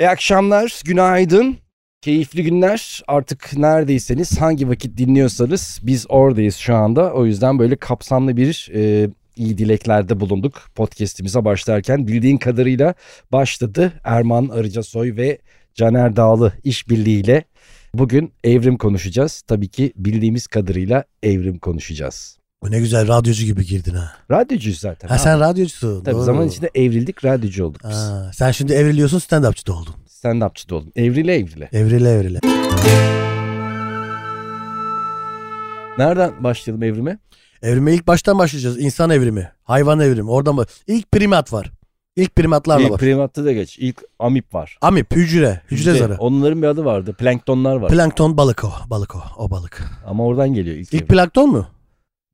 İyi akşamlar, günaydın, keyifli günler. Artık neredeyseniz, hangi vakit dinliyorsanız biz oradayız şu anda. O yüzden böyle kapsamlı bir e, iyi dileklerde bulunduk podcast'imize başlarken. Bildiğin kadarıyla başladı Erman Arıcasoy ve Caner Dağlı işbirliğiyle. Bugün evrim konuşacağız. Tabii ki bildiğimiz kadarıyla evrim konuşacağız. Bu ne güzel radyocu gibi girdin ha. Radyocuyuz zaten. Ha abi. sen radyocusun. Tabii doğru. zaman içinde evrildik, radyocu olduk biz. Ha, sen şimdi evriliyorsun stand-upçı da oldun. Stand-upçı da oldum. Evrile evrile. Evrile evrile. Nereden başlayalım evrime? Evrime ilk baştan başlayacağız. İnsan evrimi, hayvan evrimi. Oradan bak. İlk primat var. İlk primatlarla İlk bak. primatta da geç. İlk amip var. Amip, hücre, hücre zarı. Onların bir adı vardı. Planktonlar var. Plankton balık o. Balık o. O balık. Ama oradan geliyor ilk. İlk evrim. plankton mu?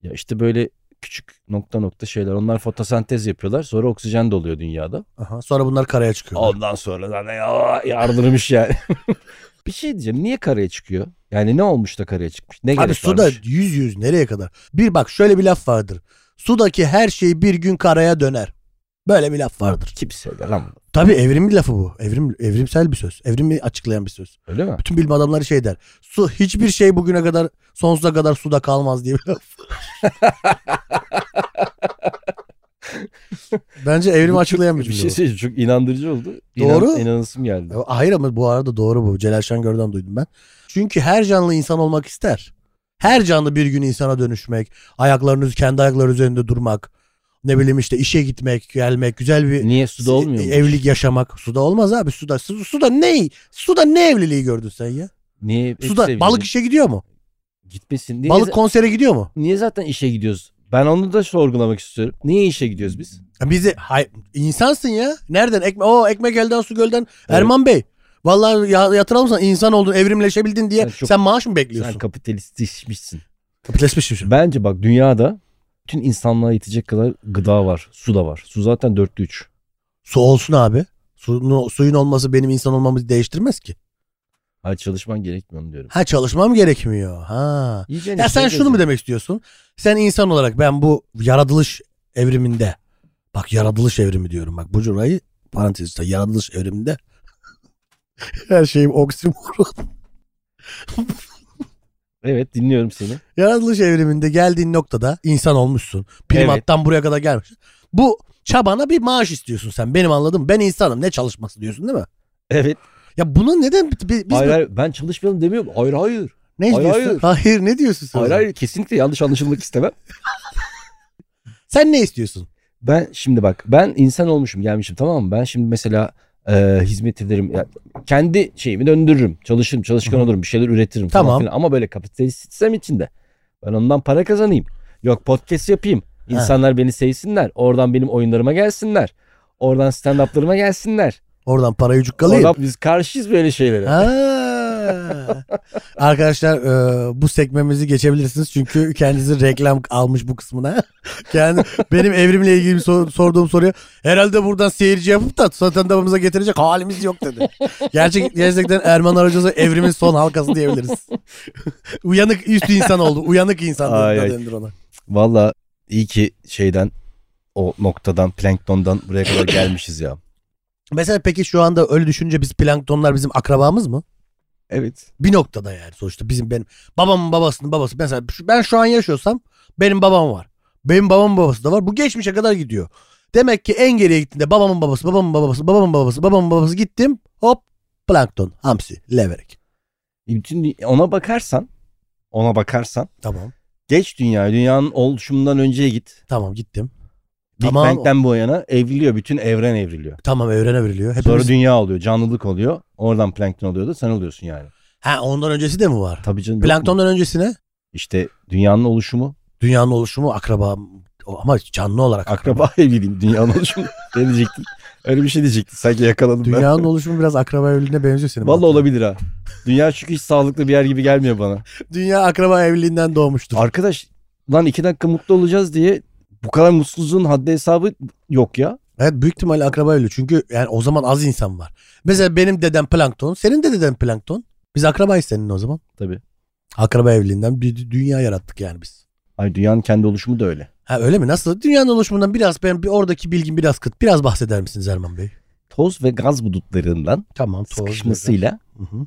ya işte böyle küçük nokta nokta şeyler. Onlar fotosentez yapıyorlar. Sonra oksijen doluyor dünyada. Aha, sonra bunlar karaya çıkıyor. Ondan sonra zaten ya- yardırmış yani. bir şey diyeceğim. Niye karaya çıkıyor? Yani ne olmuş da karaya çıkmış? Ne Abi gerek suda varmış? yüz yüz nereye kadar? Bir bak şöyle bir laf vardır. Sudaki her şey bir gün karaya döner. Böyle bir laf vardır. Kimse de lan. bu. Tabii evrimli lafı bu. Evrim evrimsel bir söz. Evrimi açıklayan bir söz. Öyle mi? Bütün bilim adamları şey der. Su hiçbir şey bugüne kadar sonsuza kadar suda kalmaz diye bir laf. Bence Bu evrimi çok- açıklayan bir Bir şey cümle. bu. söyleyeyim. Çok inandırıcı oldu. Doğru. İnanasım geldi. Ya, Hayır ama bu arada doğru bu. Celal Şengör'den duydum ben. Çünkü her canlı insan olmak ister. Her canlı bir gün insana dönüşmek, ayaklarınız kendi ayakları üzerinde durmak, ne bileyim işte işe gitmek, gelmek, güzel bir Niye suda olmuyor mu? e- evlilik yaşamak. Suda olmaz abi suda. Su, suda ne? Suda ne evliliği gördün sen ya? Niye hep Suda sevgili? balık işe gidiyor mu? gitmesin? Niye Balık konsere gidiyor mu? Niye zaten işe gidiyoruz? Ben onu da sorgulamak istiyorum. Niye işe gidiyoruz biz? Ya Bizi hay, insansın ya. Nereden? Ekme o ekmek elden su gölden. Erman Bey. Vallahi ya, yatıralım sana insan oldun, evrimleşebildin diye. Sen Sen, çok- maaş mı Sen bekliyorsun? kapitalistleşmişsin. Kapitalist bir şey şu. Bence bak dünyada bütün insanlığa yetecek kadar gıda var. Su da var. Su zaten dörtte üç. Su olsun abi. Suyun, suyun olması benim insan olmamızı değiştirmez ki. Hayır çalışman gerekmiyor onu diyorum. Ha çalışmam gerekmiyor. Ha. Yiyeceksin Ya işte, sen şunu mu gezeceksin. demek istiyorsun? Sen insan olarak ben bu yaratılış evriminde bak yaratılış evrimi diyorum bak bu curayı parantez içinde yaratılış evriminde her şeyim oksimoron. Evet dinliyorum seni. Yaratılış evriminde geldiğin noktada insan olmuşsun. Primattan buraya kadar gelmiş. Bu çabana bir maaş istiyorsun sen. Benim anladım. Ben insanım. Ne çalışması diyorsun değil mi? Evet. Ya buna neden bi- bi- biz hayır, bu- hayır, ben çalışmayalım demiyorum. Hayır hayır. ne hayır, diyorsun? Hayır. ne diyorsun sen? Hayır hayır kesinlikle yanlış anlaşılmak istemem. Sen ne istiyorsun? Ben şimdi bak ben insan olmuşum gelmişim tamam mı? Ben şimdi mesela e, hizmet ederim. Ya, kendi şeyimi döndürürüm. Çalışırım çalışkan Hı hı. olurum bir şeyler üretirim falan Tamam. filan. Ama böyle kapitalist sistem içinde. Ben ondan para kazanayım. Yok podcast yapayım. İnsanlar beni sevsinler. Oradan benim oyunlarıma gelsinler. Oradan stand-up'larıma gelsinler. Oradan parayı cukkalayın. Oradan biz karşıyız böyle şeylere. Ha. Arkadaşlar e, bu sekmemizi geçebilirsiniz çünkü kendinizi reklam almış bu kısmına. Kendi benim evrimle ilgili bir sor- sorduğum soruya herhalde buradan seyirci yapıp da satanlarımıza getirecek halimiz yok dedi. Gerçek gerçekten Erman Aracı'sı evrimin son halkası diyebiliriz. uyanık üstü insan oldu. Uyanık insan Ay, da ay. denir ona. Valla iyi ki şeyden o noktadan planktondan buraya kadar gelmişiz ya. Mesela peki şu anda öyle düşünce biz planktonlar bizim akrabamız mı? Evet. Bir noktada yani sonuçta bizim benim babamın babasının babası mesela şu- ben şu an yaşıyorsam benim babam var. Benim babamın babası da var. Bu geçmişe kadar gidiyor. Demek ki en geriye gittiğinde babamın babası, babamın babası, babamın babası, babamın babası gittim. Hop plankton, hamsi, levrek. Bütün ona bakarsan ona bakarsan Tamam. Geç dünya. Dünyanın oluşumundan önceye git. Tamam gittim. Big Tamam. Bang'den bu yana evriliyor. Bütün evren evriliyor. Tamam evrene veriliyor. Sonra Hepimiz... dünya oluyor. Canlılık oluyor. Oradan plankton oluyor da sen oluyorsun yani. Ha ondan öncesi de mi var? Tabii canım. yok mu? Planktondan öncesine İşte dünyanın oluşumu. dünyanın oluşumu akraba o- ama canlı olarak akraba. Akraba evliliğim. Dünyanın oluşumu. ne diyecektin? Öyle bir şey diyecektin. Sanki yakaladım ben. Dünyanın oluşumu biraz akraba evliliğine benziyor senin. Vallahi baktığın. olabilir ha. Dünya çünkü hiç sağlıklı bir yer gibi gelmiyor bana. Dünya akraba evliliğinden doğmuştur. Arkadaş lan iki dakika mutlu olacağız diye bu kadar mutsuzluğun haddi hesabı yok ya. Evet büyük ihtimalle akraba evliliği. Çünkü yani o zaman az insan var. Mesela benim dedem plankton. Senin de deden plankton. Biz akrabayız seninle o zaman. Tabii. Akraba evliliğinden bir dü- dünya yarattık yani biz. Ay dünyanın kendi oluşumu da öyle. Ha öyle mi? Nasıl? Dünyanın oluşumundan biraz ben bir oradaki bilgim biraz kıt. Biraz bahseder misiniz Erman Bey? toz ve gaz bulutlarından Tamam. toz, sıkışmasıyla biraz. Hı hı.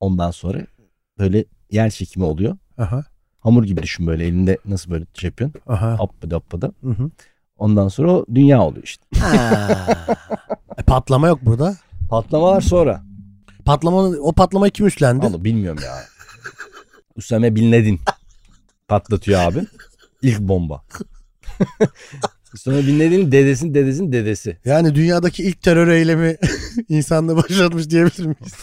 ondan sonra böyle yer çekimi oluyor. Aha. Hamur gibi düşün böyle elinde nasıl böyle şey yapıyorsun. Aha. Appada appada. Hı hı. Ondan sonra o dünya oluyor işte. Ha. E, patlama yok burada. Patlamalar sonra. Patlama o patlamayı kim üstlendi? Oğlum bilmiyorum ya. Usame Bin Laden patlatıyor abi. İlk bomba. Usame Bin Laden'in dedesinin dedesinin dedesi. Yani dünyadaki ilk terör eylemi insanla başlatmış diyebilir miyiz?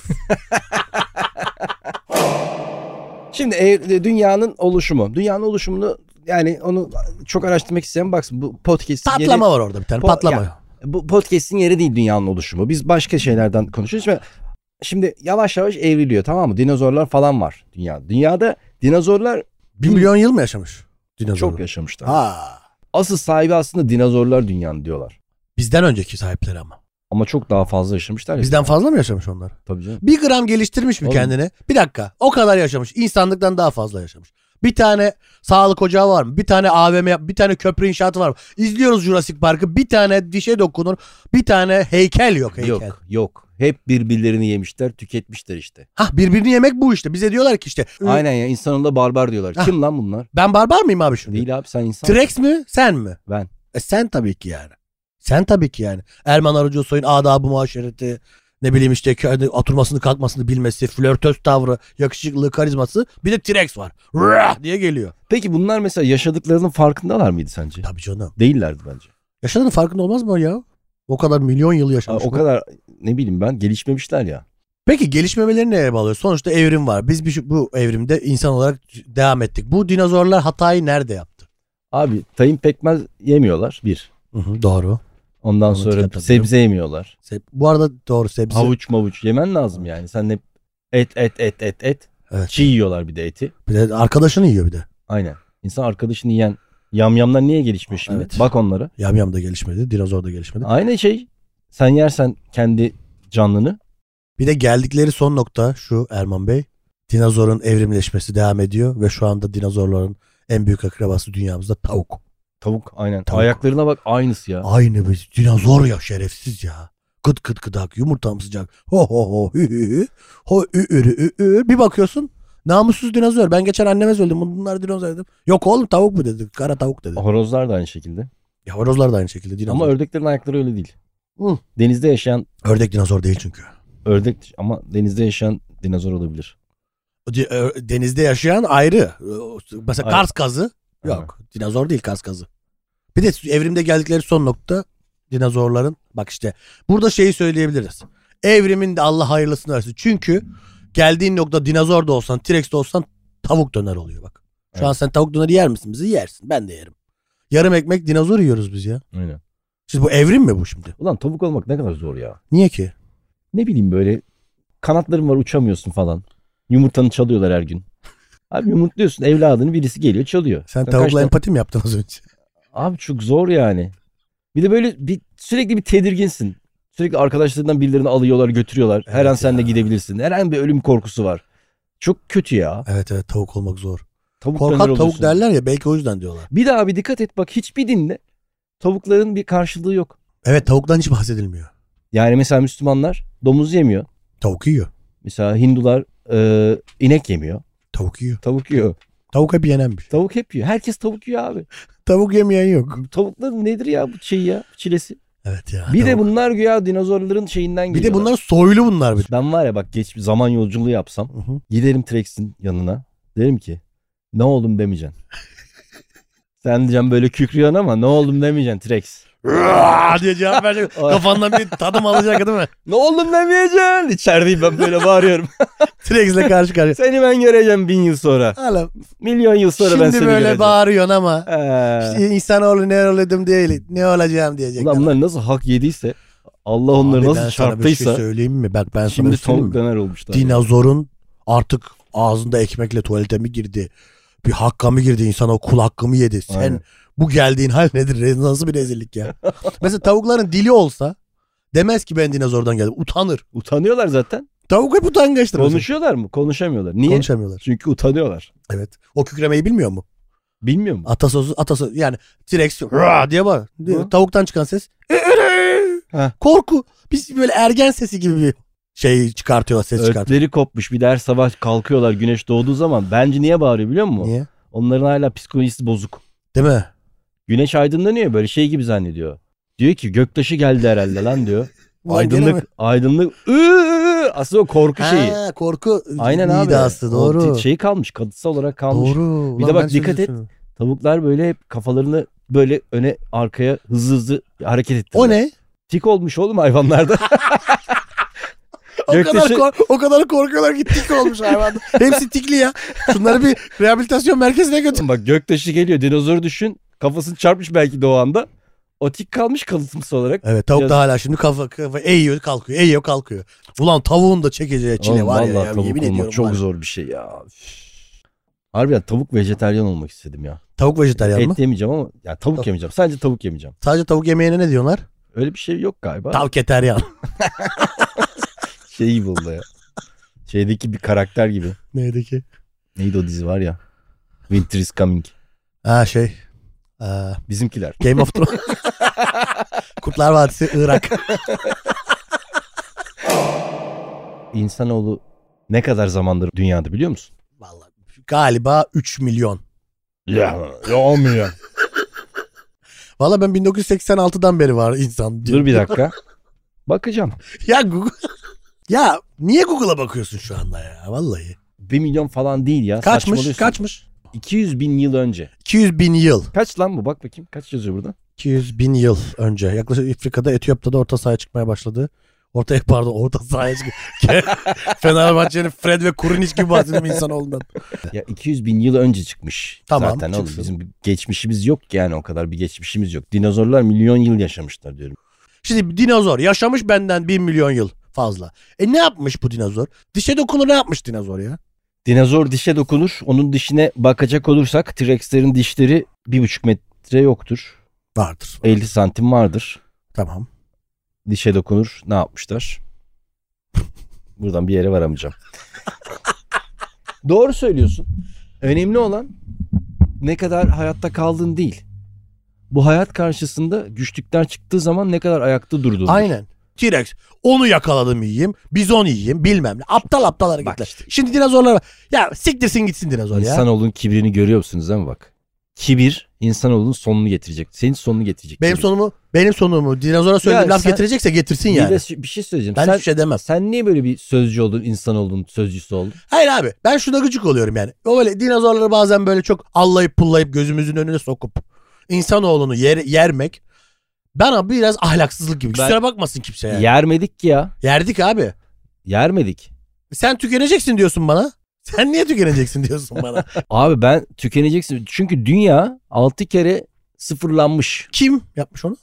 Şimdi ev- dünyanın oluşumu. Dünyanın oluşumunu yani onu çok araştırmak isteyen baksın bu podcast'in yeri- Patlama var orada bir tane. Po- patlama. ya. bu podcast'in yeri değil dünyanın oluşumu. Biz başka şeylerden konuşuyoruz. ve Şimdi yavaş yavaş evriliyor tamam mı? Dinozorlar falan var dünya. Dünyada dinozorlar Bir milyon yıl mı yaşamış? Dinozor. çok yaşamışlar. Ha. Asıl sahibi aslında dinozorlar dünyanın diyorlar. Bizden önceki sahipleri ama. Ama çok daha fazla yaşamışlar ya. Bizden fazla mı yaşamış onlar? Tabii canım. Bir gram geliştirmiş mi Oğlum. kendini? Bir dakika. O kadar yaşamış. İnsanlıktan daha fazla yaşamış. Bir tane sağlık ocağı var mı? Bir tane AVM, yap- bir tane köprü inşaatı var mı? İzliyoruz Jurassic Park'ı. Bir tane dişe dokunur. Bir tane heykel yok heykel. Yok yok. Hep birbirlerini yemişler tüketmişler işte. Hah birbirini yemek bu işte. Bize diyorlar ki işte. "Ü, Aynen ya insanında barbar diyorlar. Ah. Kim lan bunlar? Ben barbar mıyım abi şimdi? Değil abi sen insan. T-Rex mi? Sen mi? Ben. E sen tabii ki yani. Sen tabii ki yani. Erman Arıcıoğlu'nun adabı muhaşereti, ne bileyim işte kendi oturmasını kalkmasını bilmesi, flörtöz tavrı, yakışıklılığı, karizması. Bir de T-Rex var. Rah diye geliyor. E, Peki bunlar mesela yaşadıklarının farkındalar mıydı sence? Tabii canım. Değillerdi bence. Yaşadığının farkında olmaz mı ya? O kadar milyon yıl Aa, yaşamış. o kadar ne bileyim ben gelişmemişler ya. Peki gelişmemeleri neye bağlıyor? Sonuçta evrim var. Biz bir, bu evrimde insan olarak devam ettik. Bu dinozorlar hatayı nerede yaptı? Abi tayin pekmez yemiyorlar bir. doğru. Ondan Onu sonra tüketebilirim. sebze yemiyorlar. Se- Bu arada doğru sebze. Havuç mavuç yemen lazım yani. Sen hep et et et et et. Evet. Çiğ yiyorlar bir de eti. Bir de arkadaşını yiyor bir de. Aynen. İnsan arkadaşını yiyen yamyamlar niye gelişmiş şimdi? Evet. Bak onlara. Yamyam da gelişmedi. Dinozor da gelişmedi. Aynı şey. Sen yersen kendi canlını. Bir de geldikleri son nokta şu Erman Bey. Dinozorun evrimleşmesi devam ediyor ve şu anda dinozorların en büyük akrabası dünyamızda tavuk. Tavuk aynen. Tavuk. Ayaklarına bak aynısı ya. Aynı bir dinozor ya şerefsiz ya. Kıt kıt kıdak yumurtam sıcak. Ho ho ho hü hü hü. Ho ü ürü ü ü. Bir bakıyorsun namussuz dinozor. Ben geçen anneme söyledim bunlar dinozor dedim. Yok oğlum tavuk mu dedi. Kara tavuk dedi. Horozlar da aynı şekilde. Ya horozlar da aynı şekilde dinozor. Ama ördeklerin ayakları öyle değil. Hı. Denizde yaşayan Ördek dinozor değil çünkü. ördek ama denizde yaşayan dinozor olabilir. Di- ö- Denizde yaşayan ayrı. Ö- Mesela Ayrı. Kars kazı. Yok. Dinozor değil Kars kazı. Bir de evrimde geldikleri son nokta dinozorların. Bak işte burada şeyi söyleyebiliriz. Evrimin de Allah hayırlısını versin. Çünkü geldiğin nokta dinozor da olsan, T-Rex de olsan tavuk döner oluyor bak. Şu Evet. an sen tavuk döneri yer misin bizi? Yersin. Ben de yerim. Yarım ekmek dinozor yiyoruz biz ya. Aynen. Siz bu evrim mi bu şimdi? Ulan tavuk olmak ne kadar zor ya. Niye ki? Ne bileyim böyle kanatların var uçamıyorsun falan. Yumurtanı çalıyorlar her gün. Abi yumurtluyorsun evladını birisi geliyor çalıyor. Sen Kaç tavukla tane- empati mi yaptın az önce? Abi çok zor yani. Bir de böyle bir sürekli bir tedirginsin. Sürekli arkadaşlarından birilerini alıyorlar, götürüyorlar. Her Evet an sen de ya. gidebilirsin. Her an bir ölüm korkusu var. Çok kötü ya. Evet evet tavuk olmak zor. Tavuk döner Korkak tavuk oluyorsun. derler ya belki o yüzden diyorlar. Bir daha bir dikkat et bak hiçbir dinde tavukların bir karşılığı yok. Evet tavuktan hiç bahsedilmiyor. Yani mesela Müslümanlar domuz yemiyor. Tavuk yiyor. Mesela Hindular e, inek yemiyor. Tavuk yiyor. Tavuk yiyor. Tavuk hep yenen bir şey. Tavuk hep yiyor. Herkes tavuk yiyor abi. Tavuk yemeyen yok. Bu Tavukların nedir ya bu şey ya bu çilesi. Evet ya. Bir de tavuk. bunlar güya dinozorların şeyinden bir de geliyorlar. bunlar soylu bunlar bir. Ben var ya bak geç zaman yolculuğu yapsam Hı hı. giderim Trex'in yanına. Derim ki ne oldum demeyeceksin. Sen diyeceğim böyle kükrüyorsun ama ne oldum demeyeceksin Trex. Raaaa diye cevap verecek. Kafandan bir tadım alacak değil mi? Ne oldum demeyeceksin. İçerideyim ben böyle bağırıyorum. T-Rex'le karşı karşıya. seni ben göreceğim bin yıl sonra. Oğlum, Milyon yıl sonra ben şimdi seni böyle göreceğim. bağırıyorsun ama. Ee, İşte insanoğlu ne olacağım değil. Ne olacağım diyecek. ulan bunlar nasıl hak yediyse Allah onları Abi nasıl ben sana bir şey çarptıysa söyleyeyim mi? Bak ben sana bir şimdi şey söyleyeyim tavuk mi? döner olmuşlar. Dinozorun artık ağzında ekmekle tuvalete mi girdi? Bir hakka mı girdi insan o kul hakkımı yedi. Sen Aynen. bu geldiğin hal nedir? Re- Nasıl bir rezillik ya? Mesela tavukların dili olsa demez ki ben dinozordan geldim. Utanır. Utanıyorlar zaten. Tavuk hep utangaçtır. mesela. Konuşuyorlar mı? Konuşamıyorlar. Niye? Konuşamıyorlar. Çünkü utanıyorlar. Evet. O kükremeyi bilmiyor mu? Bilmiyor musun? Atasözü atasözü yani T-Rex "Ra!" diye bağır. Hı. "E, Tavuktan çıkan ses "Ü, ü, ü." Heh. Korku. Biz böyle ergen sesi gibi bir şey çıkartıyor ses çıkartıyor. Ötleri kopmuş bir de her sabah kalkıyorlar güneş doğduğu zaman. Bence niye bağırıyor biliyor musun? Niye? Onların hala psikolojisi bozuk. Değil mi? Güneş aydınlanıyor böyle şey gibi zannediyor. Diyor ki göktaşı geldi herhalde lan diyor. Ulan gene mi? aydınlık aydınlık. ıı, Iıı! Aslında o korku şeyi. Ha, korku Aynen abi. nidası, şey, doğru. O şey kalmış kadıtsal olarak kalmış. doğru. Bir de Ulan bak ben şöyle dikkat et. düşünüyorum. Tavuklar böyle hep kafalarını böyle öne arkaya hızlı hızlı hareket ettiler. O ne? Tik olmuş oğlum hayvanlarda. O kadar, Göktaşı- kor- o kadar korkuyorlar ki tik olmuş hayvan. Hepsi tikli ya. Şunları bir rehabilitasyon merkezine götür. Bak göktaşı geliyor dinozoru düşün. Kafasını çarpmış belki de o anda. O tik kalmış kalıtımsal olarak. Evet tavuk Biraz- da hala şimdi kafa, kafa eğiyor kalkıyor eğiyor kalkıyor. Ulan tavuğun da çekeceği çile Oğlum var ya. vallahi ya, tavuk yemin ediyorum olmak çok var ya. zor bir şey ya. Üf. Harbiden tavuk vejetaryen olmak istedim ya. Tavuk vejetaryen Et mi? yemeyeceğim ama ya tavuk Tav- yemeyeceğim. Sadece tavuk yemeyeceğim. Sadece tavuk yemeğine ne diyorlar? Öyle bir şey yok galiba. Tavketeryan. şey gibi oldu ya. Şeydeki bir karakter gibi. Neydi ki? Neydi o dizi var ya? Winter is Coming. Ha şey. Aa, Bizimkiler. Game of Thrones. Kurtlar Vadisi Irak. İnsanoğlu ne kadar zamandır dünyada biliyor musun? Vallahi galiba 3 milyon. Ya, ya olmuyor. Valla ben 1986'dan beri var insan. diyor. Dur bir dakika. Bakacağım. Ya Google. ya niye Google'a bakıyorsun şu anda ya? Vallahi. 1 milyon falan değil ya. Kaçmış? saçmalıyorsun. Kaçmış? 200 bin yıl önce. 200 bin yıl. Kaç lan bu? Bak bakayım. Kaç yazıyor burada? 200 bin yıl önce yaklaşık Afrika'da Etiyopya'da orta sahaya çıkmaya başladı. Ortaya pardon orta sahaya çık. Fenerbahçe'nin Fred ve Kurunic gibi bahsediyorum insan olduğundan. Ya 200 bin yıl önce çıkmış. Tamam, Zaten oğlum çıksın. bizim bir geçmişimiz yok ki yani o kadar bir geçmişimiz yok. Dinozorlar milyon yıl yaşamışlar diyorum. Şimdi dinozor yaşamış benden 1 milyon yıl fazla. E ne yapmış bu dinozor? Dişe dokunur ne yapmış dinozor ya? Dinozor dişe dokunur. Onun dişine bakacak olursak T-Rex'lerin dişleri 1,5 metre yoktur. Vardır. 50 santim vardır. Tamam. Dişe dokunur. Ne yapmışlar? Buradan bir yere varamayacağım. Doğru söylüyorsun. Önemli olan ne kadar hayatta kaldığın değil. Bu hayat karşısında güçlükler çıktığı zaman ne kadar ayakta durduğun. Aynen. T-Rex onu yakaladım yiyeyim. Bizon yiyeyim bilmem ne. Aptal aptal hareketler. işte. Şimdi dinozorlara ya siktirsin gitsin dinozor ya. İnsanoğlunun Hani kibrini görüyor musunuz değil mi bak? Kibir insanoğlunun sonunu getirecek. Senin sonunu getirecek. Benim kibir. sonumu benim sonumu dinozora söylediğim Ya laf sen- getirecekse getirsin Bir, yani. de şu- bir şey söyleyeceğim. ben sen, hiçbir şey demem. sen niye böyle bir sözcü oldun, insan oldun, sözcüsü oldun? Hayır abi ben şuna gıcık oluyorum yani. O Öyle dinozorları bazen böyle çok allayıp pullayıp gözümüzün önüne sokup insanoğlunu yer, yermek bana biraz ahlaksızlık gibi. Ben- Kusura bakmasın kimse yani. Yermedik ki ya. Yerdik abi. Yermedik. Sen tükeneceksin diyorsun bana. Sen niye tükeneceksin diyorsun bana. Abi ben tükeneceksin. Çünkü dünya 6 kere sıfırlanmış. Kim yapmış onu?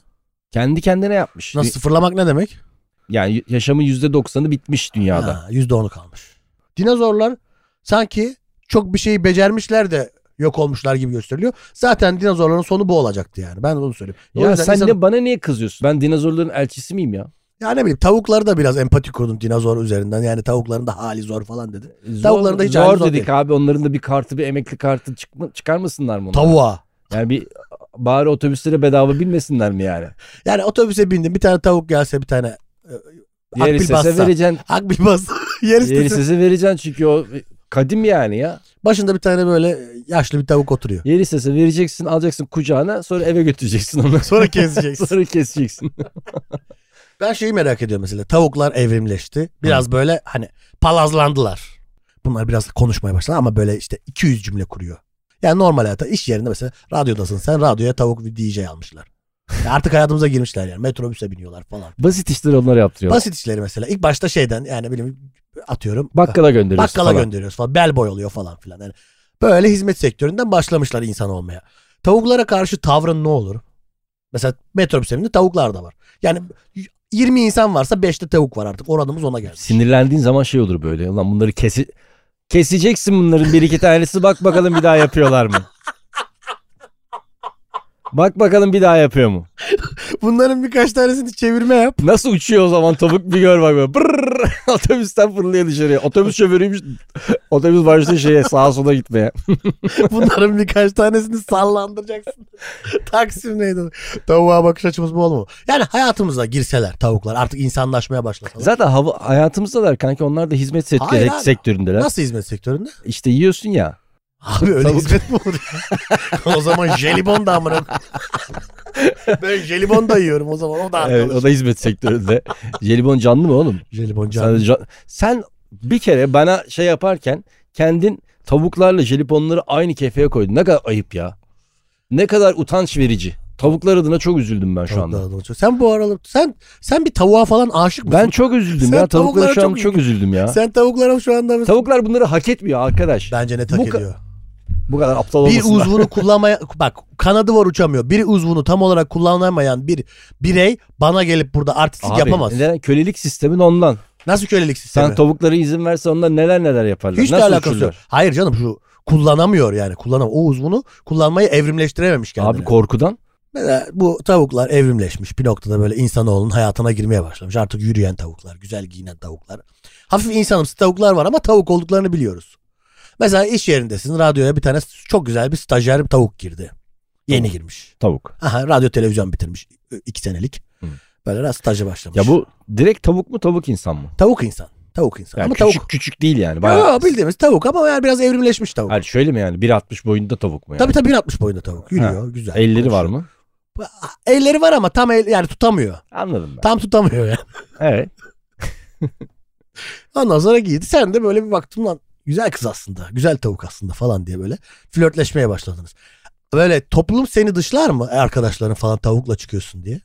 Kendi kendine yapmış. Nasıl sıfırlamak ne demek? Yani yaşamın %90'ı bitmiş dünyada. Ha, %10'u kalmış. Dinozorlar sanki çok bir şeyi becermişler de yok olmuşlar gibi gösteriliyor. Zaten dinozorların sonu bu olacaktı yani. Ben onu söyleyeyim. O Ya yüzden sen insan- ne bana niye kızıyorsun? Ben dinozorların elçisi miyim ya? Ya ne bileyim tavukları da biraz empati kurdum dinozor üzerinden. Yani tavukların da hali zor falan dedi. Zor, Tavukların da hiç hali zor zor dedik abi. Onların da bir kartı, bir emekli kartı çıkma, çıkarmasınlar mı? onlara? Tavuğa. Yani bir bari otobüslere bedava binmesinler mi yani? Yani otobüse bindim bir tane tavuk gelse bir tane e, Yer akbil istese bassa. vereceksin. Akbil bassa. Yer Yer istese. istese vereceksin çünkü o kadim yani ya. Başında bir tane böyle yaşlı bir tavuk oturuyor. Yer istese vereceksin alacaksın kucağına sonra eve götüreceksin onu. Sonra keseceksin. sonra keseceksin. Ben şeyi merak ediyorum mesela. Tavuklar evrimleşti. Biraz böyle hani palazlandılar. Bunlar biraz konuşmaya başladı ama böyle işte 200 cümle kuruyor. Yani normal hayatta iş yerinde mesela radyodasın sen radyoya tavuk bir DJ almışlar. Ya artık hayatımıza girmişler yani metrobüse biniyorlar falan. Basit işleri onlara yaptırıyorlar. Basit işleri mesela ilk başta şeyden yani bileyim atıyorum. Bakkala gönderiyorsun Bakkala falan. gönderiyoruz falan. Bel boy oluyor falan filan. Yani böyle hizmet sektöründen başlamışlar insan olmaya. Tavuklara karşı tavrın ne olur? Mesela metrobüs evinde tavuklar da var. Yani 20 insan varsa 5'te tavuk var artık. Oranımız ona geldi. Sinirlendiğin zaman şey olur böyle. Lan bunları kesi keseceksin bunların bir iki tanesi bak bakalım bir daha yapıyorlar mı? Bak bakalım bir daha yapıyor mu? Bunların birkaç tanesini çevirme yap. Nasıl uçuyor o zaman tavuk bir gör bak böyle. Brrr, otobüsten fırlıyor dışarıya. Otobüs şoförüymüş. Otobüs başlıyor şeye sağa sola gitmeye. Bunların birkaç tanesini sallandıracaksın. Taksim neydi? o? Tavuğa bakış açımız bu olma. Yani hayatımıza girseler tavuklar artık insanlaşmaya başlasalar. Zaten hava, hayatımızdalar kanki onlar da hizmet sektörü, Hayır abi. sektöründeler. Nasıl hizmet sektöründe? İşte yiyorsun ya. Abi öyle Tavuk- hizmet mi olur ya? o zaman jelibon da amına. ben jelibon da yiyorum o zaman o da arkadaş. Evet, o da hizmet sektöründe. Jelibon canlı mı oğlum? Jelibon Sen, canlı. ca- sen bir kere bana şey yaparken kendin tavuklarla jeliponları aynı kefeye koydun. Ne kadar ayıp ya. Ne kadar utanç verici. Tavuklar adına çok üzüldüm ben şu anda. Tavuklar da çok- Sen bu aralar sen sen bir tavuğa falan aşık mısın? Ben çok üzüldüm Sen ya. Tavuklara tavuklara şu an çok çok üzüldüm ya. Sen tavuklara şu anda mısın? Tavuklar bunları hak etmiyor arkadaş. Bence net hak Bu ka- ediyor. Bu kadar aptal Bir olmasınlar. uzvunu kullanmaya bak kanadı var uçamıyor. Bir uzvunu tam olarak kullanamayan bir birey bana gelip burada artistlik Abi, yapamaz. neden? Kölelik sistemin ondan. Nasıl kölelik Sen sistemi? tavuklara izin verse onlar neler neler yaparlar. Hiç de Nasıl alakası yok. uçurlar? Hayır canım şu kullanamıyor yani. Kullanam o uzvunu kullanmayı evrimleştirememiş kendine. Abi korkudan. Mesela bu tavuklar evrimleşmiş bir noktada böyle insanoğlunun hayatına girmeye başlamış. Artık yürüyen tavuklar, güzel giyinen tavuklar. Hafif insanımsı tavuklar var ama tavuk olduklarını biliyoruz. Mesela iş yerindesin radyoya bir tane çok güzel bir stajyer bir tavuk girdi. Yeni Tamam. girmiş. Tavuk. Aha, radyo televizyon bitirmiş Ö, iki senelik. Hı. Böyle rast staja başlamış. Ya bu direkt tavuk mu tavuk insan mı? Tavuk insan. Tavuk insan Yani ama küçük tavuk. küçük değil yani. Bayağı... Bayağı... bildiğimiz tavuk ama yani biraz evrimleşmiş tavuk. Hayır şöyle mi yani 1.60 boyunda tavuk mu yani? Tabii tabii 1.60 boyunda tavuk. Yürüyor güzel. Elleri var mı? Elleri var ama tam el, yani tutamıyor. Anladım ben. Tam tutamıyor yani. Evet. Ondan sonra giydi. Sen de böyle bir baktın lan güzel kız aslında. Güzel tavuk aslında falan diye böyle flörtleşmeye başladınız. Böyle toplum seni dışlar mı E, arkadaşların falan tavukla çıkıyorsun diye?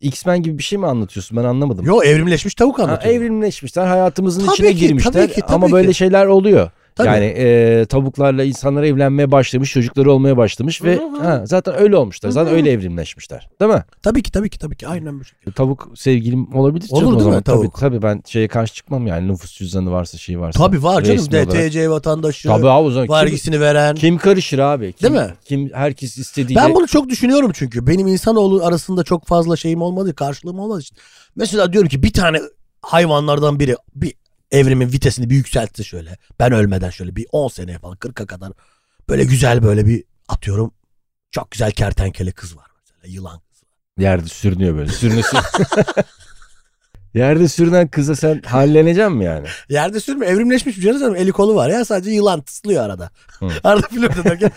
X-Men gibi bir şey mi anlatıyorsun? Ben anlamadım. Yo evrimleşmiş tavuk Ha, anlatıyor. evrimleşmişler hayatımızın Tabii içine ki, girmişler tabii ki, tabii ama ki. böyle şeyler oluyor. Tabii. Yani e, tavuklarla insanlar evlenmeye başlamış, çocukları olmaya başlamış ve Hı hı. ha, zaten öyle olmuşlar. Zaten Hı hı. öyle evrimleşmişler. Değil mi? E, Tabii ki tabii ki tabii ki aynen bu şekilde. Tavuk sevgilim olabilir Olur canım o değil mi zaman. tavuk? Tabii, tabii ben şeye karşı çıkmam yani nüfus cüzdanı varsa şey varsa. Tabii var canım Resmi olarak. DTC vatandaşı, Tabii abi o zaman kim- vergisini veren. kim, karışır abi? Kim, Değil mi? Kim herkes istediği Ben bunu çok düşünüyorum çünkü. Benim insanoğlu arasında çok fazla şeyim olmadı, karşılığım olmadığı için. Mesela diyorum ki bir tane hayvanlardan biri bir evrimin vitesini bir yükseltse şöyle. Ben ölmeden şöyle bir 10 seneye falan 40'a kadar böyle güzel böyle bir atıyorum. Çok güzel kertenkele kız var mesela yılan. Yerde sürünüyor böyle. Sürüne sür- Yerde sürünen kıza sen halleneceksin mi yani? Yerde sürme evrimleşmiş bir canım eli kolu var ya sadece yılan tıslıyor arada. Hı. arada flört ederken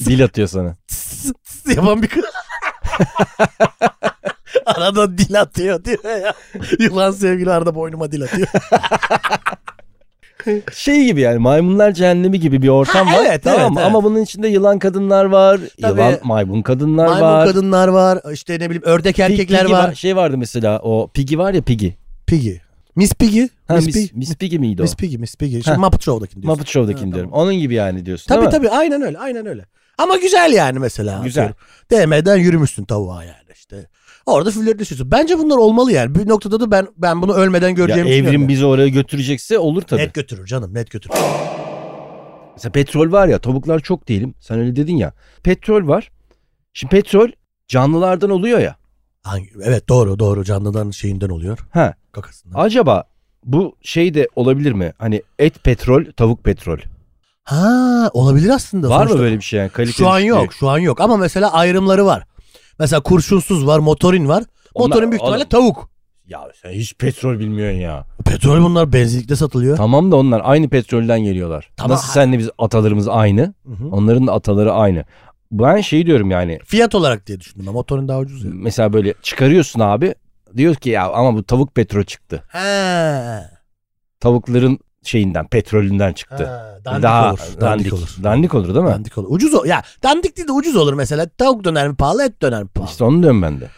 Dil atıyor sana. tıs tıs yapan bir kız. Arada dil atıyor diyor ya. Yılan sevgili arada boynuma dil atıyor. Şey gibi yani maymunlar cehennemi gibi bir ortam Ha, var. evet, tamam evet, mı? evet. ama bunun içinde yılan kadınlar var. Tabii. Yılan maymun kadınlar Maymun var. kadınlar var. işte ne bileyim ördek Pig- erkekler Piggy var. Şey vardı mesela o Piggy var ya Piggy. Piggy. Miss Piggy. Ha, Miss, Miss, Piggy. Miss Piggy miydi o? Miss Piggy. Miss Piggy. Şimdi Ha. Muppet Show'dakini diyorsun. Muppet Show'dakini Ha, diyorum. Onun gibi yani diyorsun Tabii değil mi? tabii aynen öyle. Aynen öyle. Ama güzel yani mesela. Güzel. atıyorum. Değmeden yürümüşsün tavuğa yani işte. Orada flörtleşiyorsun. Bence bunlar olmalı yani. Bir noktada da ben ben bunu ölmeden göreceğimi Ya düşünüyorum. evrim bizi oraya götürecekse olur tabii. Net götürür canım net götürür. Mesela petrol var ya tavuklar çok değilim. Sen öyle dedin ya. Petrol var. Şimdi petrol canlılardan oluyor ya. Hangi, evet doğru doğru canlıdan şeyinden oluyor. Ha. Kakasından. Acaba bu şey de olabilir mi? Hani et petrol, tavuk petrol. Ha olabilir aslında. Var mı Sonuçta- böyle bir şey yani? Kaliteli Şu an bir- yok şu an yok ama mesela ayrımları var. Mesela kurşunsuz var motorin var. Onlar- Motorin büyük ihtimalle oğlum- tavuk. Ya sen hiç petrol bilmiyorsun ya. Petrol bunlar benzinlikte satılıyor. Tamam da onlar aynı petrolden geliyorlar. Tamam. Nasıl senle biz atalarımız aynı. Hı hı. Onların da ataları aynı. Ben şey diyorum yani. Fiyat olarak diye düşündüm ama motorun daha ucuz ya. Mesela böyle çıkarıyorsun abi. Diyor ki ya ama bu tavuk petrol çıktı. He. Tavukların şeyinden, petrolünden çıktı. He, Dandik Daha olur. Dandik, olur. Dandik olur değil mi? Dandik olur. Ucuz o. Ya dandik değil de ucuz olur mesela. Tavuk döner mi pahalı et döner mi pahalı. İşte onu diyorum ben de.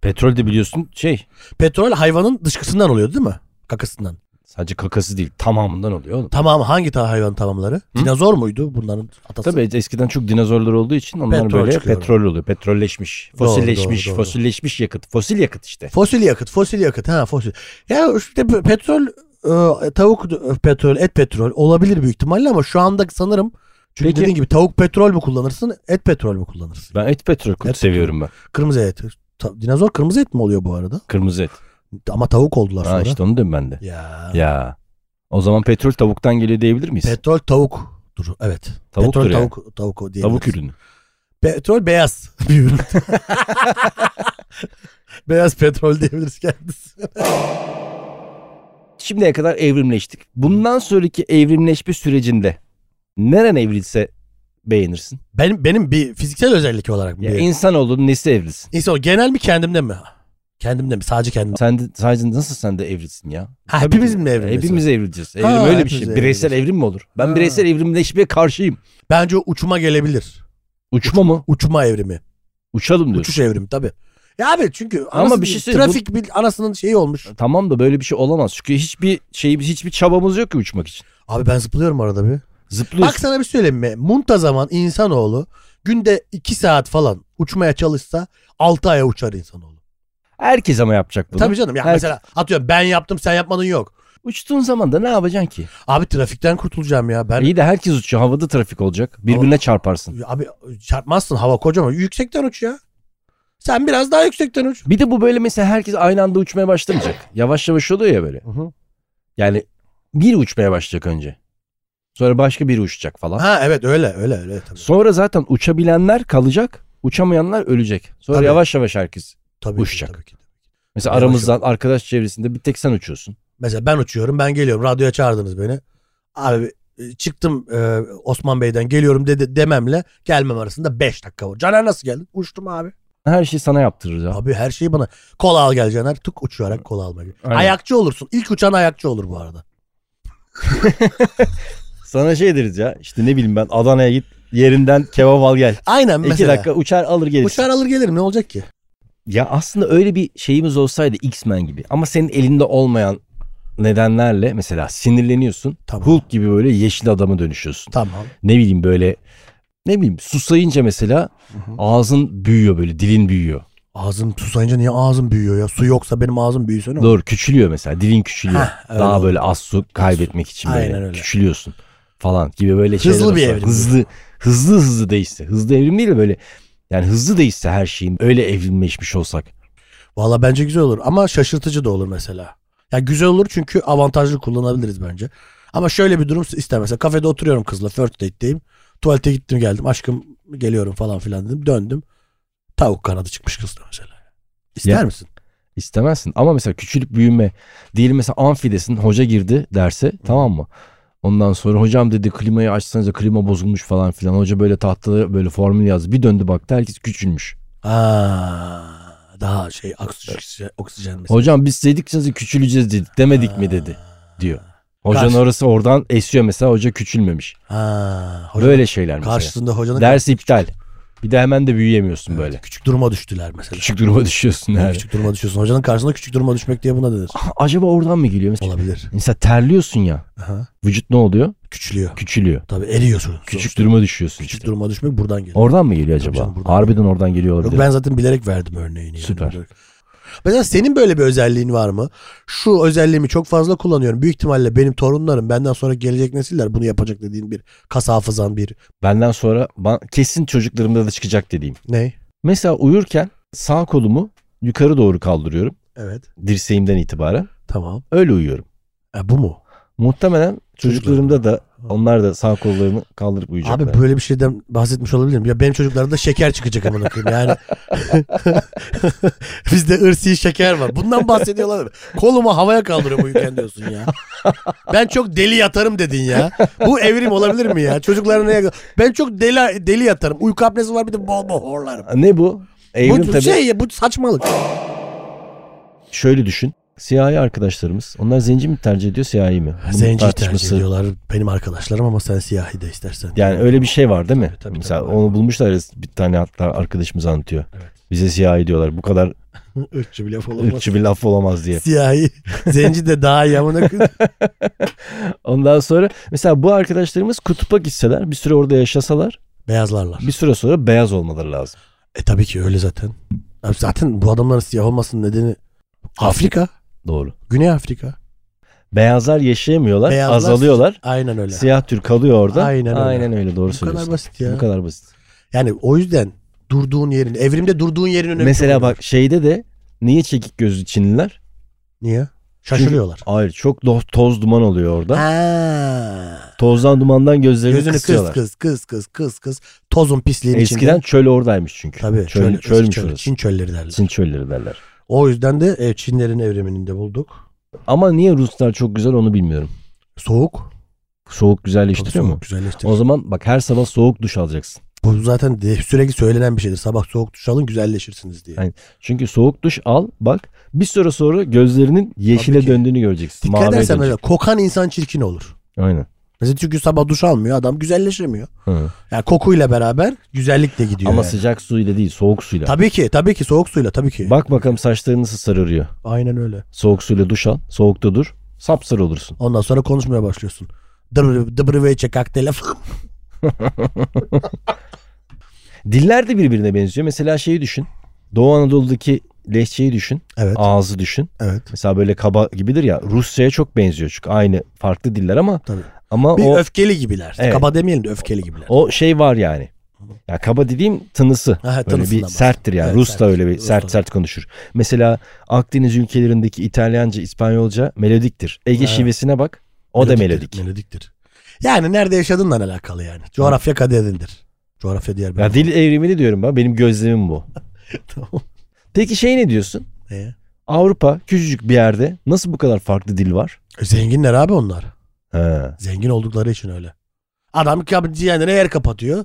Petrol de biliyorsun şey Petrol hayvanın dışkısından oluyor değil mi? Kakasından. sadece kakası değil tamamından oluyor oğlum. Tamam hangi ta hayvan tamamları? Dinozor muydu bunların atası? Tabii eskiden çok dinozorlar olduğu için onlar Petrol böyle çıkıyor. petrol oluyor. Petrolleşmiş, Doğru, fosilleşmiş, doğru, doğru. fosilleşmiş yakıt. Fosil yakıt işte. Fosil yakıt, fosil yakıt. Ha fosil. Ya işte pe- e, petrol, e, tavuk d- petrol, et petrol olabilir büyük ihtimalle ama şu anda sanırım Çünkü Peki- dediğin gibi tavuk petrol mü kullanırsın, et petrol mü kullanırsın? Ben et petrol kurt Et- seviyorum ben. Kırmızı et. Ta- dinozor kırmızı et mi oluyor bu arada? Kırmızı et. Ama tavuk oldular Ha sonra. işte onu diyorum ben de. Ya. Ya. O zaman petrol tavuktan geliyor diyebilir miyiz? Petrol tavuk. Dur evet. Tavuktur petrol yani. tavuk tavuk o diyebiliriz. Tavuk ürünü. Petrol beyaz bir ürün. beyaz petrol diyebiliriz kendisi. Şimdiye kadar evrimleştik. Bundan sonraki evrimleşme sürecinde neren evrilse beğenirsin? Benim benim bir fiziksel özellik olarak mı? Ya bir- insanoğlunun nesi evrilsin? Neyse o genel mi kendimde mi? Kendimde mi? Sadece kendimde. Sen de, sadece nasıl sen de evrilsin ya? Ha, Tabii hepimiz ki. mi evrilmeyiz? Hepimiz evrileceğiz. Evrim Ha, öyle bir hepimiz şey. Bireysel evrileceğiz. evrim mi olur? Ben Ha. bireysel evrimleşmeye karşıyım. Bence o uçuma gelebilir. Uçma mı? Uçma evrimi. Uçalım diyor. Uçuş evrimi tabii. Ya abi çünkü Ama anasını- bir şey söyleyeyim, trafik bir anasının şeyi olmuş. Tamam da böyle bir şey olamaz. Çünkü hiçbir şey hiçbir çabamız yok ki uçmak için. Abi ben zıplıyorum arada bir. Zıplıyorsun. Bak sana bir söyleyeyim mi? Muntazaman insanoğlu günde 2 saat falan uçmaya çalışsa 6 aya uçar insanoğlu. Herkes ama yapacak bunu. Tabii canım ya Herkes- mesela atıyorum ben yaptım sen yapmadın yok. Uçtuğun zaman da ne yapacaksın ki? Abi trafikten kurtulacağım ya ben. İyi de herkes uçuyor. Havada trafik olacak. Birbirine çarparsın. Abi çarpmazsın hava kocaman. Yüksekten uç ya. Sen biraz daha yüksekten uç. Bir de bu böyle mesela herkes aynı anda uçmaya başlamayacak. Yavaş yavaş oluyor ya böyle. Yani biri uçmaya başlayacak önce. Sonra başka biri uçacak falan. Ha evet öyle öyle öyle tabii. Sonra zaten uçabilenler kalacak. Uçamayanlar ölecek. Sonra Tabii. yavaş yavaş herkes. tabii ki, Uçacak. tabii ki. Mesela Yavaş aramızdan arkadaş çevresinde bir tek sen uçuyorsun. Mesela ben uçuyorum ben geliyorum radyoya çağırdınız beni. Abi e, çıktım e, Osman Bey'den geliyorum dedi dememle gelmem arasında 5 dakika var. Caner nasıl geldin? Uçtum abi. Her şeyi sana yaptırırız ya. Abi her şeyi bana. Kola al gel Caner. Tık uçuyarak kola alma. gibi. Aynen. Ayakçı olursun. İlk uçan ayakçı olur bu arada. Sana şey deriz ya. İşte ne bileyim ben Adana'ya git. Yerinden kebap al gel. Aynen mesela. İki dakika uçar alır gelirsin. Uçar alır gelirim ne olacak ki? Ya aslında öyle bir şeyimiz olsaydı X-Men gibi ama senin elinde olmayan nedenlerle mesela sinirleniyorsun. Tamam. Hulk gibi böyle yeşil adama dönüşüyorsun. Tamam. Ne bileyim böyle ne bileyim susayınca mesela ağzın büyüyor böyle dilin büyüyor. Ağzım susayınca niye ağzım büyüyor ya? Su yoksa benim ağzım büyüse ne olur? Doğru küçülüyor mesela dilin küçülüyor. Hah, öyle Daha oldu. böyle az su kaybetmek için Aynen böyle öyle. küçülüyorsun falan gibi böyle Hızlı şeyler. bir olsa- evrim. Hızlı hızlı hızlı değişse. Hızlı evrim değil de böyle yani hızlı değişse her şeyin öyle evrimleşmiş olsak. Valla bence güzel olur ama şaşırtıcı da olur mesela. Ya güzel olur çünkü avantajlı kullanabiliriz bence. Ama şöyle bir durum istemese kafede oturuyorum kızla first date'deyim. Tuvalete gittim geldim aşkım geliyorum falan filan dedim döndüm. Tavuk kanadı çıkmış kızla mesela. İster Ya. misin? İstemezsin. Ama mesela küçülüp büyüme. Diyelim mesela amfidesin. Hoca girdi derse tamam mı? Ondan sonra hocam dedi klimayı açsanız da klima bozulmuş falan filan. Hoca böyle tahtada böyle formül yazdı. Bir döndü baktı herkes küçülmüş. Aa, daha şey oksijen, oksijen mesela. Hocam biz dedik size küçüleceğiz dedik. Demedik mi dedi diyor. Hocanın Karşı- orası oradan esiyor mesela hoca küçülmemiş. Ha, hoca- Böyle şeyler mesela. karşısında hocanın Ders iptal. Bir de hemen de büyüyemiyorsun Evet, böyle. Küçük duruma düştüler mesela. Küçük duruma düşüyorsun yani. Küçük duruma düşüyorsun. Hocanın karşısında küçük duruma düşmek diye buna denir. Ah, Acaba oradan mı geliyor? Mesela, Olabilir. mesela terliyorsun ya. Aha. Vücut ne oluyor? Küçülüyor. Küçülüyor. Tabii eriyorsun. Küçük duruma düşüyorsun Küçük işte. duruma düşmek buradan geliyor. Oradan mı geliyor acaba? Tabii canım, buradan Harbiden oradan geliyor Yok, olabilir. ben zaten bilerek verdim örneğini. yani. Süper. Bilerek. Mesela senin böyle bir özelliğin var mı? Şu özelliğimi çok fazla kullanıyorum. Büyük ihtimalle benim torunlarım benden sonra gelecek nesiller bunu yapacak dediğin bir kas hafızan bir Benden sonra ben, kesin çocuklarımda da çıkacak dediğim. ne? Mesela uyurken sağ kolumu yukarı doğru kaldırıyorum. Evet. Dirseğimden itibaren. Tamam. Öyle uyuyorum. E, bu mu? Muhtemelen çocuklarımda da onlar da sağ kollarını kaldırıp uyuyacaklar. Abi böyle bir şeyden bahsetmiş olabilirim. Ya benim çocuklarımda şeker çıkacak amına koyayım. Yani bizde ırsi şeker var. Bundan bahsediyorlar. Kolumu havaya kaldırıyorum uyurken diyorsun ya. Ben çok deli yatarım dedin ya. Bu evrim olabilir mi ya? Çocuklarına ne Ben çok deli deli yatarım. Uyku apnesi var bir de bol bol horlarım. Ne bu? Evrim bu tabii. şey ya bu saçmalık. Şöyle düşün. Siyahi arkadaşlarımız. Onlar zenci mi tercih ediyor siyahi mi? Bunun Zenci tercih tartışması- ediyorlar benim arkadaşlarım ama sen siyahi de istersen. Yani öyle bir şey var değil mi? Tabii, tabii, Mesela tabii. onu bulmuşlar ya, bir tane hatta arkadaşımız anlatıyor. Evet. Bize siyahi diyorlar. Bu kadar Irkçı bir laf olamaz. ırkçı bir laf olamaz diye. Siyahi. Zenci de daha iyi amına koyayım. Ondan sonra mesela bu arkadaşlarımız kutupa gitseler bir süre orada yaşasalar Beyazlarlar. bir süre sonra beyaz olmaları lazım. E tabii ki öyle zaten. Abi zaten bu adamların siyah olmasının nedeni Afrika. Doğru. Güney Afrika. Beyazlar yaşayamıyorlar, Beyazlar- azalıyorlar. Aynen öyle. Siyah tür kalıyor orada. Aynen öyle. Aynen öyle doğru Bu kadar söylüyorsun. basit ya. Bu kadar basit. Yani o yüzden durduğun yerin, evrimde durduğun yerin önemi Mesela çok önemli. bak şeyde de niye çekik gözlü Çinliler? Niye? Şaşırıyorlar. Hayır çok do- toz duman oluyor orada. Ha. Tozdan dumandan gözlerini Gözünü kız kısıyorlar. kız kız kız kız kız. Tozun pisliğin içinde. Eskiden çöl oradaymış çünkü. Tabii. çöl, çöl, çölmüş çöl- orası. Çin. Çin çölleri derler. çölleri derler. O yüzden de e, Çinlerin evrimini de bulduk. Ama niye Ruslar çok güzel onu bilmiyorum. Soğuk. Soğuk Tabii güzelleştiriyor soğuk mu? güzelleştiriyor. O zaman bak her sabah soğuk duş alacaksın. Bu zaten de- sürekli söylenen bir şeydir. Sabah soğuk duş alın güzelleşirsiniz diye. Aynen. Çünkü soğuk duş al bak bir süre sonra gözlerinin yeşile ki. döndüğünü göreceksin. Dikkat maviye edersen mesela dönecek. kokan insan çirkin olur. Aynen. Mesela çünkü sabah duş almıyor adam güzelleşemiyor. Hı. Yani kokuyla beraber güzellik de gidiyor. Ama yani. sıcak suyla değil soğuk suyla. Tabii ki tabii ki soğuk suyla tabii ki. Bak bakalım saçların nasıl sararıyor. Aynen öyle. Soğuk suyla duş al. Soğukta dur. Sapsarı olursun. Ondan sonra konuşmaya başlıyorsun. Dıbrıveçe kaktele falan. Diller de birbirine benziyor. Mesela şeyi düşün. Doğu Anadolu'daki lehçeyi düşün. Evet Ağzı düşün. evet. Mesela böyle kaba gibidir ya. Rusça'ya çok benziyor çünkü aynı farklı diller ama Tabii. ama Bir o öfkeli gibiler. Evet. Kaba demeyelim de öfkeli gibiler. o şey var yani. Ya kaba dediğim tınısı. Ha, Böyle tanısından bir bahsediyorum. serttir yani. Evet, Rus sert. da öyle bir Rus da. sert sert konuşur. Mesela Akdeniz ülkelerindeki İtalyanca, İspanyolca melodiktir. Ege Evet. şivesine bak. O da melodik. Melodiktir. Yani nerede yaşadığınla alakalı yani. Coğrafya kaderindir. Coğrafya diğer bir Ya dil evrimini diyorum ben. Benim gözlemim bu. Tamam. Peki şey ne diyorsun? Ee? Avrupa küçücük bir yerde nasıl bu kadar farklı dil var? Zenginler abi onlar. He. Zengin oldukları için öyle. Adam kendine yer kapatıyor.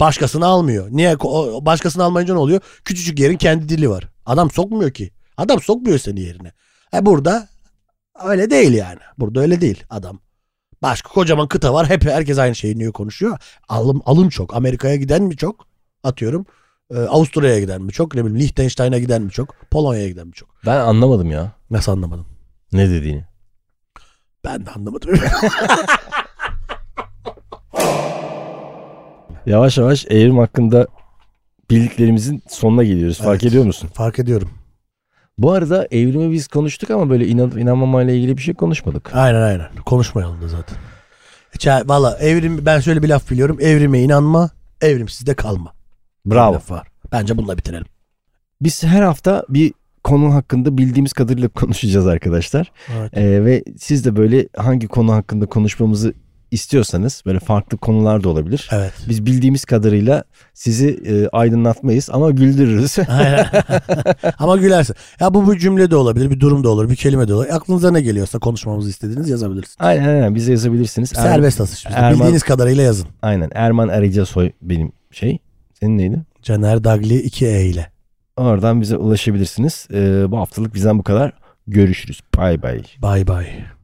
Başkasını almıyor. Niye? O- o Başkasını almayınca ne oluyor? Küçücük yerin kendi dili var. Adam sokmuyor ki. Adam sokmuyor seni yerine. E burada öyle değil yani. Burada öyle değil adam. Başka kocaman kıta var. Hep herkes aynı şeyi niye konuşuyor? Alım, alım çok. Amerika'ya giden mi çok? Atıyorum. E, Avusturya'ya giden mi çok? Ne bileyim Liechtenstein'a giden mi çok? Polonya'ya giden mi çok? Ben anlamadım ya. Nasıl anlamadım? Ne dediğini. Ben de anlamadım. Yavaş yavaş evrim hakkında bildiklerimizin sonuna geliyoruz. Fark Evet. ediyor musun? Fark ediyorum. Bu arada evrimi biz konuştuk ama böyle inanıp inanmamayla ilgili bir şey konuşmadık. Aynen aynen. Konuşmayalım da zaten. Ça- Valla evrim ben şöyle bir laf biliyorum. Evrime inanma, evrimsizde kalma. Bir Bravo. laf var. Bence bununla bitirelim. Biz her hafta bir konu hakkında bildiğimiz kadarıyla konuşacağız arkadaşlar. Evet. Ee, ve siz de böyle hangi konu hakkında konuşmamızı istiyorsanız böyle farklı konular da olabilir. Evet. Biz bildiğimiz kadarıyla sizi e, aydınlatmayız ama güldürürüz. Aynen. Ama gülersin. Ya bu bir cümle de olabilir, bir durum da olur, bir kelime de olur. Aklınıza ne geliyorsa konuşmamızı istediğiniz yazabilirsiniz. aynen aynen bize yazabilirsiniz. Er- Serbest atış. bizde. Erman- Bildiğiniz kadarıyla yazın. aynen Erman Arıcasoy benim şey. Senin neydi? Caner Dagli 2E ile. Oradan bize ulaşabilirsiniz. Ee, bu haftalık bizden bu kadar. Görüşürüz. Bay bay. Bay bay.